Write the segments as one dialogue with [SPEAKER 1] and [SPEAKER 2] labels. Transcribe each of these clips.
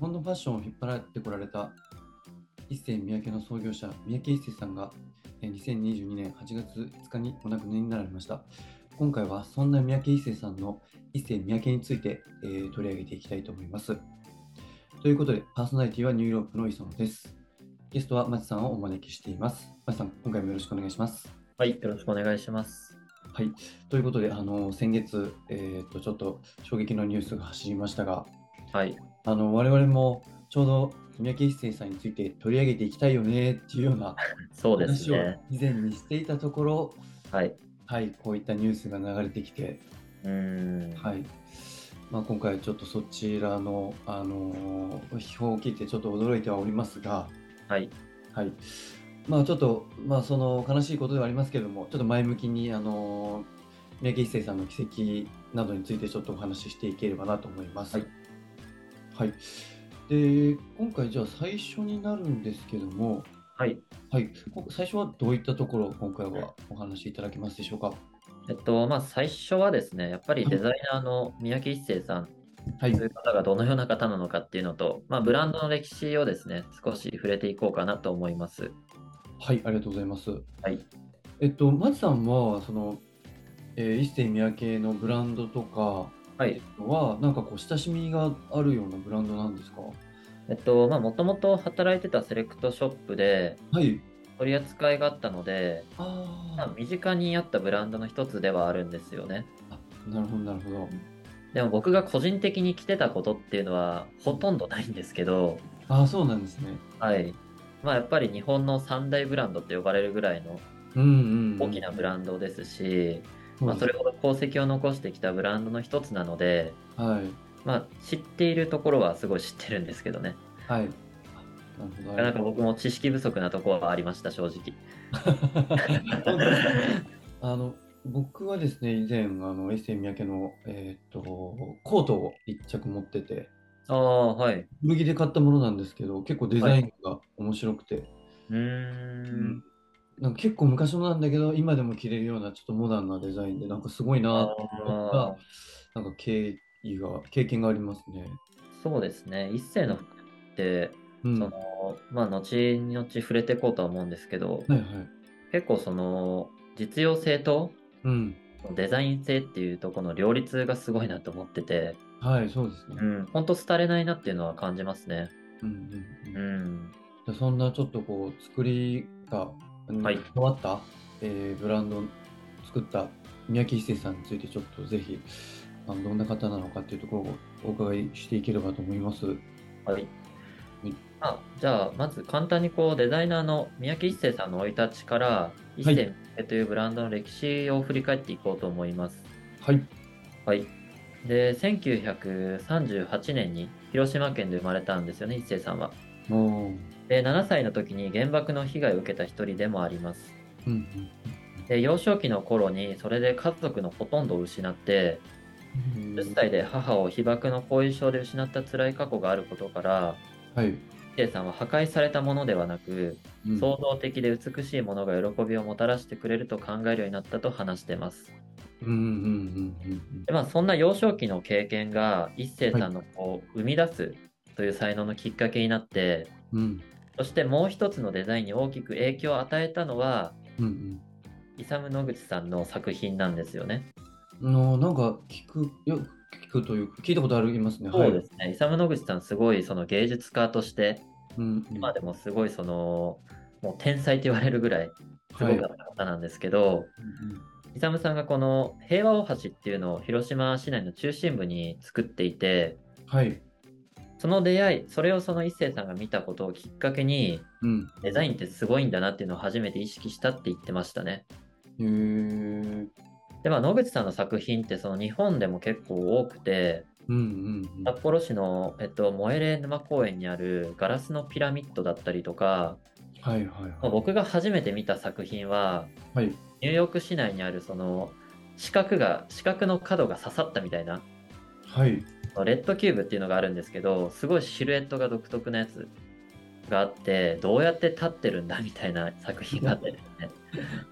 [SPEAKER 1] 本のファッションを引っ張ってこられた一世三宅の創業者、三宅一世さんがえー2022年8月5日にお亡くなりになられました。今回はそんな三宅一世さんの一世三宅について、えー取り上げていきたいと思います。ということで、パーソナリティはニューヨークの磯野です。ゲストは松さんをお招きしています。松さん、今回もよろしくお願いします。
[SPEAKER 2] はい、よろしくお願いします。
[SPEAKER 1] はい、ということで、あの先月、えーと、ちょっと衝撃のニュースが走りましたが、
[SPEAKER 2] はい、
[SPEAKER 1] あの我々もちょうど三宅一生さんについて取り上げていきたいよねっていうような
[SPEAKER 2] そうです
[SPEAKER 1] 話を
[SPEAKER 2] ね。
[SPEAKER 1] 以前にしていたところ、
[SPEAKER 2] はい。
[SPEAKER 1] はい、こういったニュースが流れてきて、
[SPEAKER 2] うーん。
[SPEAKER 1] はいまあ、今回ちょっとそちらの、あのー表を聞いてちょっと驚いてはおりますが、
[SPEAKER 2] はい。
[SPEAKER 1] はいまあ、ちょっと、まあ、その悲しいことではありますけどもちょっと前向きに、あのー三宅一生さんの軌跡などについてちょっとお話ししていければなと思います。
[SPEAKER 2] はい
[SPEAKER 1] はい、で今回じゃあ最初になるんですけども、
[SPEAKER 2] はい。
[SPEAKER 1] はい、こ最初はどういったところを今回はお話しいただけますでしょうか。
[SPEAKER 2] えっと、まあ、最初はですね、やっぱりデザイナーの三宅一生さん
[SPEAKER 1] はい
[SPEAKER 2] という方がどのような方なのかっていうのと、まあ、ブランドの歴史をですね、少し触れていこうかなと思います。
[SPEAKER 1] はい、ありがとうございます。
[SPEAKER 2] はい。
[SPEAKER 1] えっと、まずさんは、その、えー、一世三宅のブランドとか
[SPEAKER 2] はい。
[SPEAKER 1] は、なんかこう、親しみがあるようなブランドなんですか
[SPEAKER 2] えっと、まあ、もともと働いてたセレクトショップで
[SPEAKER 1] はい。
[SPEAKER 2] 取り扱いがあったので、まあ
[SPEAKER 1] あ、
[SPEAKER 2] 身近にあったブランドの一つではあるんですよね。
[SPEAKER 1] あ、なるほど、なるほど。
[SPEAKER 2] でも僕が個人的に着てたことっていうのはほとんどないんですけど、
[SPEAKER 1] ああ、そうなんですね。
[SPEAKER 2] はい。まあやっぱり日本の三大ブランドって呼ばれるぐらいの
[SPEAKER 1] うんうん、うん。
[SPEAKER 2] 大きなブランドですし、
[SPEAKER 1] そう
[SPEAKER 2] ま
[SPEAKER 1] で
[SPEAKER 2] あ
[SPEAKER 1] す
[SPEAKER 2] それほど功績を残してきたブランドの一つなので、
[SPEAKER 1] はい。
[SPEAKER 2] まあ知っているところはすごい知ってるんですけどね。
[SPEAKER 1] はい。あなるほど。
[SPEAKER 2] なかなか僕も知識不足なところはありました、正直。
[SPEAKER 1] 本当ですかあの、僕はですね、以前、あの、一世三宅の、えーっと、コートを一着持ってて、
[SPEAKER 2] ああ、はい。
[SPEAKER 1] 麦で買ったものなんですけど、結構デザインが面白くて、
[SPEAKER 2] うーん。
[SPEAKER 1] なんか結構昔のなんだけど、今でも着れるようなちょっとモダンなデザインで、なんかすごいなと思
[SPEAKER 2] あ
[SPEAKER 1] った、なんか経緯が、経験がありますね。
[SPEAKER 2] そうですね。一世の服って、
[SPEAKER 1] うん。
[SPEAKER 2] そ
[SPEAKER 1] はい
[SPEAKER 2] の、まあ後々触れていこうとは思うんですけど、
[SPEAKER 1] はい。
[SPEAKER 2] 結構その実用性と
[SPEAKER 1] うん。
[SPEAKER 2] デザイン性っていうとこの両立がすごいなと思ってて、
[SPEAKER 1] はい、そうですね
[SPEAKER 2] う。ん、ほんと廃れないなっていうのは感じますね。
[SPEAKER 1] うんうん
[SPEAKER 2] う
[SPEAKER 1] うん
[SPEAKER 2] ん、
[SPEAKER 1] でそんなちょっとこう、作りが、うん
[SPEAKER 2] はい
[SPEAKER 1] 変わった、えーブランドを作った三宅一生さんについて、ちょっとぜひ、あのどんな方なのかっていうところをお伺いしていければと思います。
[SPEAKER 2] はい。まあ、じゃあ、まず簡単にこうデザイナーの三宅一生さんの生い立ちから、一生というブランドの歴史を振り返っていこうと思います。
[SPEAKER 1] はい。
[SPEAKER 2] はい。で、1938年に広島県で生まれたんですよね、一生さんは。
[SPEAKER 1] もう、うん
[SPEAKER 2] で、7歳の時に原爆の被害を受けた一人でもあります。
[SPEAKER 1] うん。
[SPEAKER 2] で幼少期の頃にそれで家族のほとんどを失って10歳で母を被爆の後遺症で失った辛い過去があることから
[SPEAKER 1] はい。
[SPEAKER 2] K さんは破壊されたものではなく
[SPEAKER 1] うん
[SPEAKER 2] 創造的で美しいものが喜びをもたらしてくれると考えるようになったと話してます
[SPEAKER 1] うんうんうんうん
[SPEAKER 2] で、まあ、そんな幼少期の経験が一生さんのこう生み出すという才能のきっかけになって
[SPEAKER 1] うんうん
[SPEAKER 2] そしてもう一つのデザインに大きく影響を与えたのは
[SPEAKER 1] うん
[SPEAKER 2] イサム・ノグチさんの作品なんですよね。
[SPEAKER 1] うんのなんか聞くよく聞くというか聞いたことありますね。
[SPEAKER 2] そう
[SPEAKER 1] は
[SPEAKER 2] で
[SPEAKER 1] い
[SPEAKER 2] すね、イサム・ノグチさん、すごいその芸術家として、
[SPEAKER 1] うんうん
[SPEAKER 2] 今でもすごいその、もう天才と言われるぐらい、す
[SPEAKER 1] は
[SPEAKER 2] ご
[SPEAKER 1] い
[SPEAKER 2] かった方なんですけど、イサムさんがこの平和大橋っていうのを広島市内の中心部に作っていて、
[SPEAKER 1] はい。
[SPEAKER 2] その出会い、それをその一生さんが見たことをきっかけに、
[SPEAKER 1] うん。
[SPEAKER 2] デザインってすごいんだなっていうのを初めて意識したって言ってましたね。
[SPEAKER 1] へー
[SPEAKER 2] で、まあ、野口さんの作品ってその日本でも結構多くて、
[SPEAKER 1] うんうんうん。
[SPEAKER 2] 札幌市の、えっと、モエレ沼公園にあるガラスのピラミッドだったりとか、
[SPEAKER 1] はいはい
[SPEAKER 2] まあ
[SPEAKER 1] は
[SPEAKER 2] 僕が初めて見た作品は、
[SPEAKER 1] い。はい。
[SPEAKER 2] ニューヨーク市内にあるその四角が、四角の角が刺さったみたいな、
[SPEAKER 1] はい。
[SPEAKER 2] レッドキューブっていうのがあるんですけど、すごいシルエットが独特なやつがあって、どうやって立ってるんだみたいな作品があってです ね。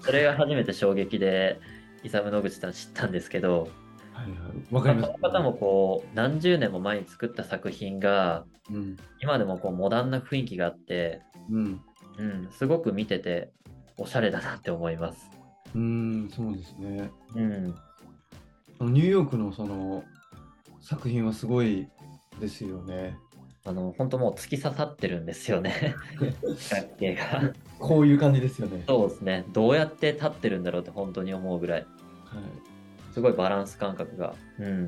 [SPEAKER 2] それが初めて衝撃で、イサム・ノグチさん知ったんですけど、
[SPEAKER 1] はいはい。わかりま
[SPEAKER 2] そ
[SPEAKER 1] す。
[SPEAKER 2] の方もこう何十年も前に作った作品が
[SPEAKER 1] うん。
[SPEAKER 2] 今でもこうモダンな雰囲気があって、
[SPEAKER 1] うん。
[SPEAKER 2] うん、すごく見てておしゃれだなって思います。
[SPEAKER 1] うーん、そうですね。
[SPEAKER 2] うん、
[SPEAKER 1] あのニューヨークのその作品はすごいですよね。
[SPEAKER 2] あの本当もう突き刺さってるんですよ ね光景が。
[SPEAKER 1] こういう感じですよね。
[SPEAKER 2] そうですねどうやって立ってるんだろうって本当に思うぐらい
[SPEAKER 1] はい。
[SPEAKER 2] すごいバランス感覚が、うん、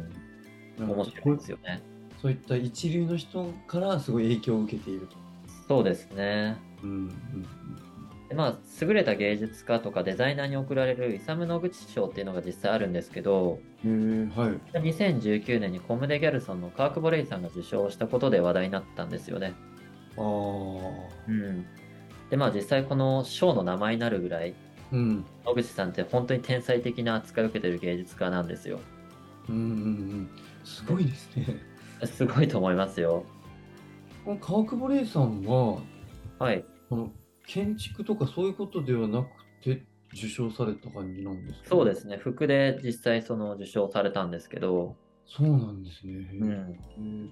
[SPEAKER 1] なんか
[SPEAKER 2] 面白いですよね。
[SPEAKER 1] そういった一流の人からすごい影響を受けていると。
[SPEAKER 2] そうですね。
[SPEAKER 1] うん。
[SPEAKER 2] でまあ、優れた芸術家とかデザイナーに贈られるイサム・ノグチ賞っていうのが実際あるんですけど
[SPEAKER 1] うん、へえ、はい。
[SPEAKER 2] 2019年にコムデ・ギャルソンのカーク・ボレイさんが受賞したことで話題になったんですよね。
[SPEAKER 1] ああ。
[SPEAKER 2] うん、でまあ実際この賞の名前になるぐらい
[SPEAKER 1] うん。
[SPEAKER 2] 野口さんって本当に天才的な扱いを受けてる芸術家なんですよ。
[SPEAKER 1] うんうんうん。すごいですね。
[SPEAKER 2] すごいと思いますよ。
[SPEAKER 1] この川久保玲さんは、
[SPEAKER 2] はい。
[SPEAKER 1] この建築とかそういうことではなくて受賞された感じなんですか。
[SPEAKER 2] そうですすね。服で実際その受賞されたんですけど、
[SPEAKER 1] そうなんですね。へえ
[SPEAKER 2] うん。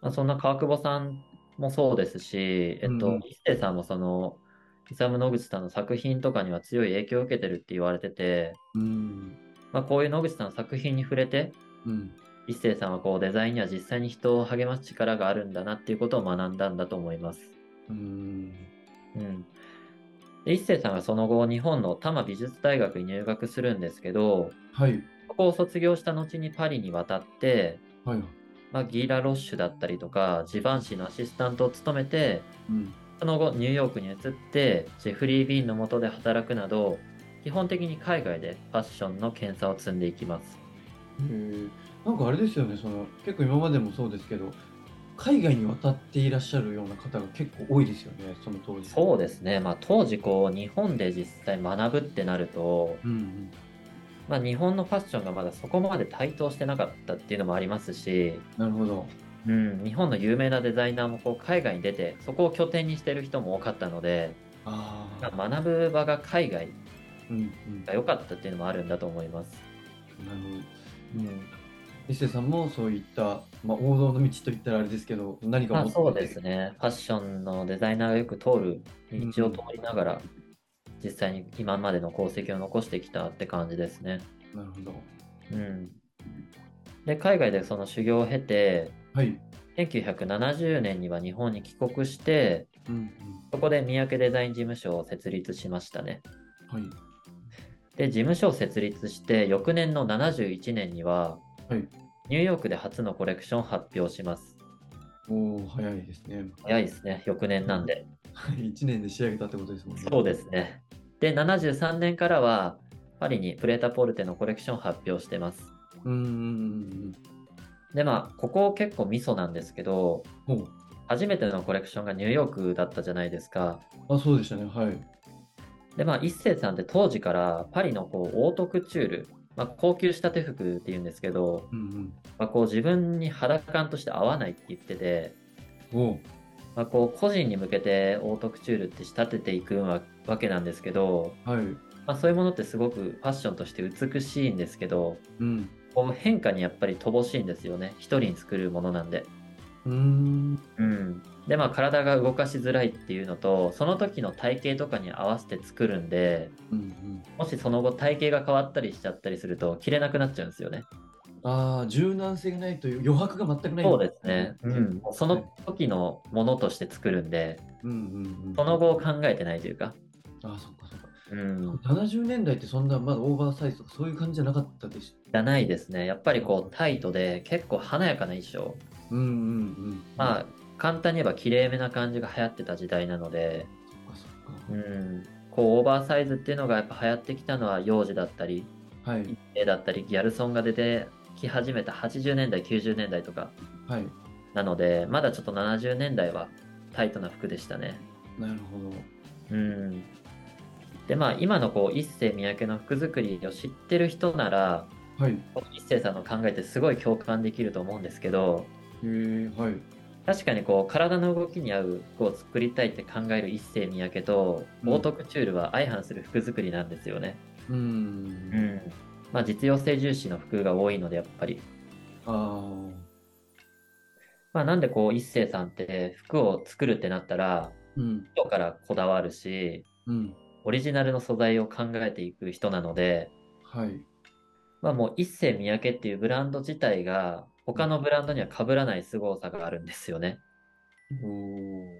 [SPEAKER 2] まあ、そんな川久保さんもそうですし、えっ
[SPEAKER 1] う
[SPEAKER 2] と
[SPEAKER 1] ん、
[SPEAKER 2] 一世さんもその、イサム・ノグチさんの作品とかには強い影響を受けてるって言われてて、
[SPEAKER 1] うん。
[SPEAKER 2] まあ、こういう野口さんの作品に触れて、
[SPEAKER 1] うん。
[SPEAKER 2] 一世さんはこうデザインには実際に人を励ます力があるんだなっていうことを学んだんだと思います。
[SPEAKER 1] うん。
[SPEAKER 2] うん。で一世さんがその後、日本の多摩美術大学に入学するんですけど、
[SPEAKER 1] はい。
[SPEAKER 2] ここを卒業した後にパリに渡って、
[SPEAKER 1] はい。
[SPEAKER 2] まあ、ギーラ・ロッシュだったりとか、ジバンシーのアシスタントを務めて、
[SPEAKER 1] うん。
[SPEAKER 2] その後、ニューヨークに移って、ジェフリー・ビーンの下で働くなど、基本的に海外でファッションの検査を積んでいきます。
[SPEAKER 1] へえなんかあれですよねその結構今までもそうですけど海外に渡っていらっしゃるような方が結構多いですよねその当時
[SPEAKER 2] そうですね。まあ、当時、こう、日本で実際学ぶってなると、
[SPEAKER 1] うん
[SPEAKER 2] まあ、日本のファッションがまだそこまで台頭してなかったっていうのもありますし、
[SPEAKER 1] うんなるほど
[SPEAKER 2] うん、日本の有名なデザイナーもこう海外に出て、そこを拠点にしてる人も多かったので、
[SPEAKER 1] あ
[SPEAKER 2] ま
[SPEAKER 1] あ
[SPEAKER 2] あ学ぶ場が海外
[SPEAKER 1] うんうんな
[SPEAKER 2] が良かったっていうのもあるんだと思います。
[SPEAKER 1] るほど
[SPEAKER 2] うん、
[SPEAKER 1] 伊勢さんもそういった、まあ、王道の道といったらあれですけど何か
[SPEAKER 2] ま
[SPEAKER 1] 持
[SPEAKER 2] あ、
[SPEAKER 1] って
[SPEAKER 2] そうですね。ファッションのデザイナーがよく通る道を通りながら、実際に今までの功績を残してきたって感じですね。
[SPEAKER 1] なるほど
[SPEAKER 2] うん。で、海外でその修行を経て、
[SPEAKER 1] はい
[SPEAKER 2] 1970年には日本に帰国して、
[SPEAKER 1] うんうん
[SPEAKER 2] そこで三宅デザイン事務所を設立しましたね。
[SPEAKER 1] はい
[SPEAKER 2] で、事務所を設立して、翌年の71年には、
[SPEAKER 1] はい
[SPEAKER 2] ニューヨークで初のコレクションを発表します。
[SPEAKER 1] おお早いですね
[SPEAKER 2] 早いですね、翌年なんで。
[SPEAKER 1] 1年で仕上げたってことですもんね
[SPEAKER 2] そうですね。で、73年からは、パリにプレータポルテのコレクションを発表してます。
[SPEAKER 1] うんうん
[SPEAKER 2] で、まあ、ここ結構ミソなんですけど、
[SPEAKER 1] うんうん
[SPEAKER 2] 初めてのコレクションがニューヨークだったじゃないですか。
[SPEAKER 1] おあそうでしたねはい
[SPEAKER 2] で、まあ、一世さんって当時からパリのこうオートクチュール、まあ、高級仕立て服っていうんですけど、
[SPEAKER 1] うん
[SPEAKER 2] まあ、こう自分に肌感として合わないって言ってて、
[SPEAKER 1] うんおー
[SPEAKER 2] まあ、こう個人に向けてオートクチュールって仕立てていくわわけなんですけど、
[SPEAKER 1] はい
[SPEAKER 2] まあ、そういうものってすごくファッションとして美しいんですけど、
[SPEAKER 1] うん
[SPEAKER 2] こう変化にやっぱり乏しいんですよね一人に作るものなんで。
[SPEAKER 1] うーん
[SPEAKER 2] うん、でまあ体が動かしづらいっていうのとその時の体型とかに合わせて作るんで
[SPEAKER 1] うんうん
[SPEAKER 2] もしその後体型が変わったりしちゃったりすると着れなくなっちゃうんですよね。
[SPEAKER 1] ああ、柔軟性がないという余白が全くない。
[SPEAKER 2] そうですね、うん、もうそ
[SPEAKER 1] はい
[SPEAKER 2] の時のものとして作るんで
[SPEAKER 1] うんうんうん。
[SPEAKER 2] その後を考えてないというか。
[SPEAKER 1] ああ、そっかそっか。
[SPEAKER 2] うん、
[SPEAKER 1] 70年代ってそんなまだオーバーサイズとかそういう感じじゃなかったでし
[SPEAKER 2] じゃないですねやっぱりこうタイトで結構華やかな衣装
[SPEAKER 1] うんうんうん。
[SPEAKER 2] ま
[SPEAKER 1] あ、
[SPEAKER 2] あ簡単に言えばきれいめな感じが流行ってた時代なので
[SPEAKER 1] そっかそっ
[SPEAKER 2] う
[SPEAKER 1] か。
[SPEAKER 2] ん、こうオーバーサイズっていうのがやっぱ流行ってきたのは幼児だったり
[SPEAKER 1] はい
[SPEAKER 2] 絵だったりギャルソンが出てき始めた80年代90年代とか
[SPEAKER 1] はい。
[SPEAKER 2] なのでまだちょっと70年代はタイトな服でしたね。
[SPEAKER 1] なるほど。
[SPEAKER 2] うん、でまあ今のこう一世三宅の服作りを知ってる人なら
[SPEAKER 1] はい。へ
[SPEAKER 2] 一世さんの考えってすごい共感できると思うんですけど
[SPEAKER 1] え、はい。
[SPEAKER 2] 確かにこう体の動きに合う服を作りたいって考える一世三宅と
[SPEAKER 1] うん
[SPEAKER 2] オートクチュールは相反する服作りなんですよね。
[SPEAKER 1] うーん。
[SPEAKER 2] うん、まあ、実用性重視の服が多いので、やっぱり。
[SPEAKER 1] あ
[SPEAKER 2] まあ、なんでこう、一斉さんって服を作るってなったら、
[SPEAKER 1] ーうん
[SPEAKER 2] 人からこだわるし、
[SPEAKER 1] うん
[SPEAKER 2] オリジナルの素材を考えていく人なので、
[SPEAKER 1] はい
[SPEAKER 2] まあもう一世三宅っていうブランド自体が他のブランドには被らない凄さがあるんですよね。
[SPEAKER 1] おー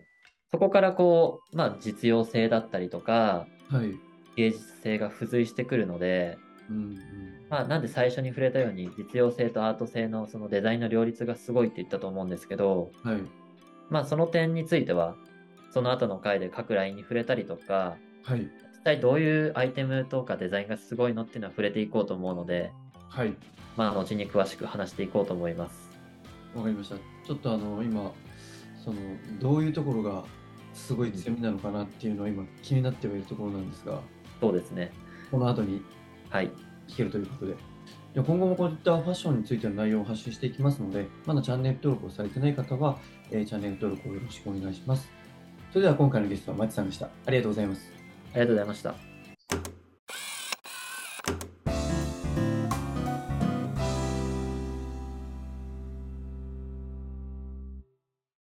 [SPEAKER 2] そこからこう、まあ実用性だったりとか
[SPEAKER 1] はい
[SPEAKER 2] 芸術性が付随してくるので、
[SPEAKER 1] うん
[SPEAKER 2] まあなんで最初に触れたように実用性とアート性のそのデザインの両立がすごいって言ったと思うんですけど、
[SPEAKER 1] うんはい
[SPEAKER 2] まあその点についてはその後の回で各ラインに触れたりとか、
[SPEAKER 1] はい
[SPEAKER 2] 実際どういうアイテムとかデザインがすごいのっていうのは触れていこうと思うので、
[SPEAKER 1] はい
[SPEAKER 2] まあ後に詳しく話していこうと思います。
[SPEAKER 1] わかりましたちょっとあの今そのどういうところがすごい強みなのかなっていうのは今気になってはいるところなんですが
[SPEAKER 2] そうですね。
[SPEAKER 1] この後に
[SPEAKER 2] はい。
[SPEAKER 1] 聞けるということで。いや今後もこういったファッションについての内容を発信していきますので、まだチャンネル登録をされてない方は、えーチャンネル登録をよろしくお願いします。それでは今回のゲストはまちさんでした。ありがとうございます。
[SPEAKER 2] ありがとうございました。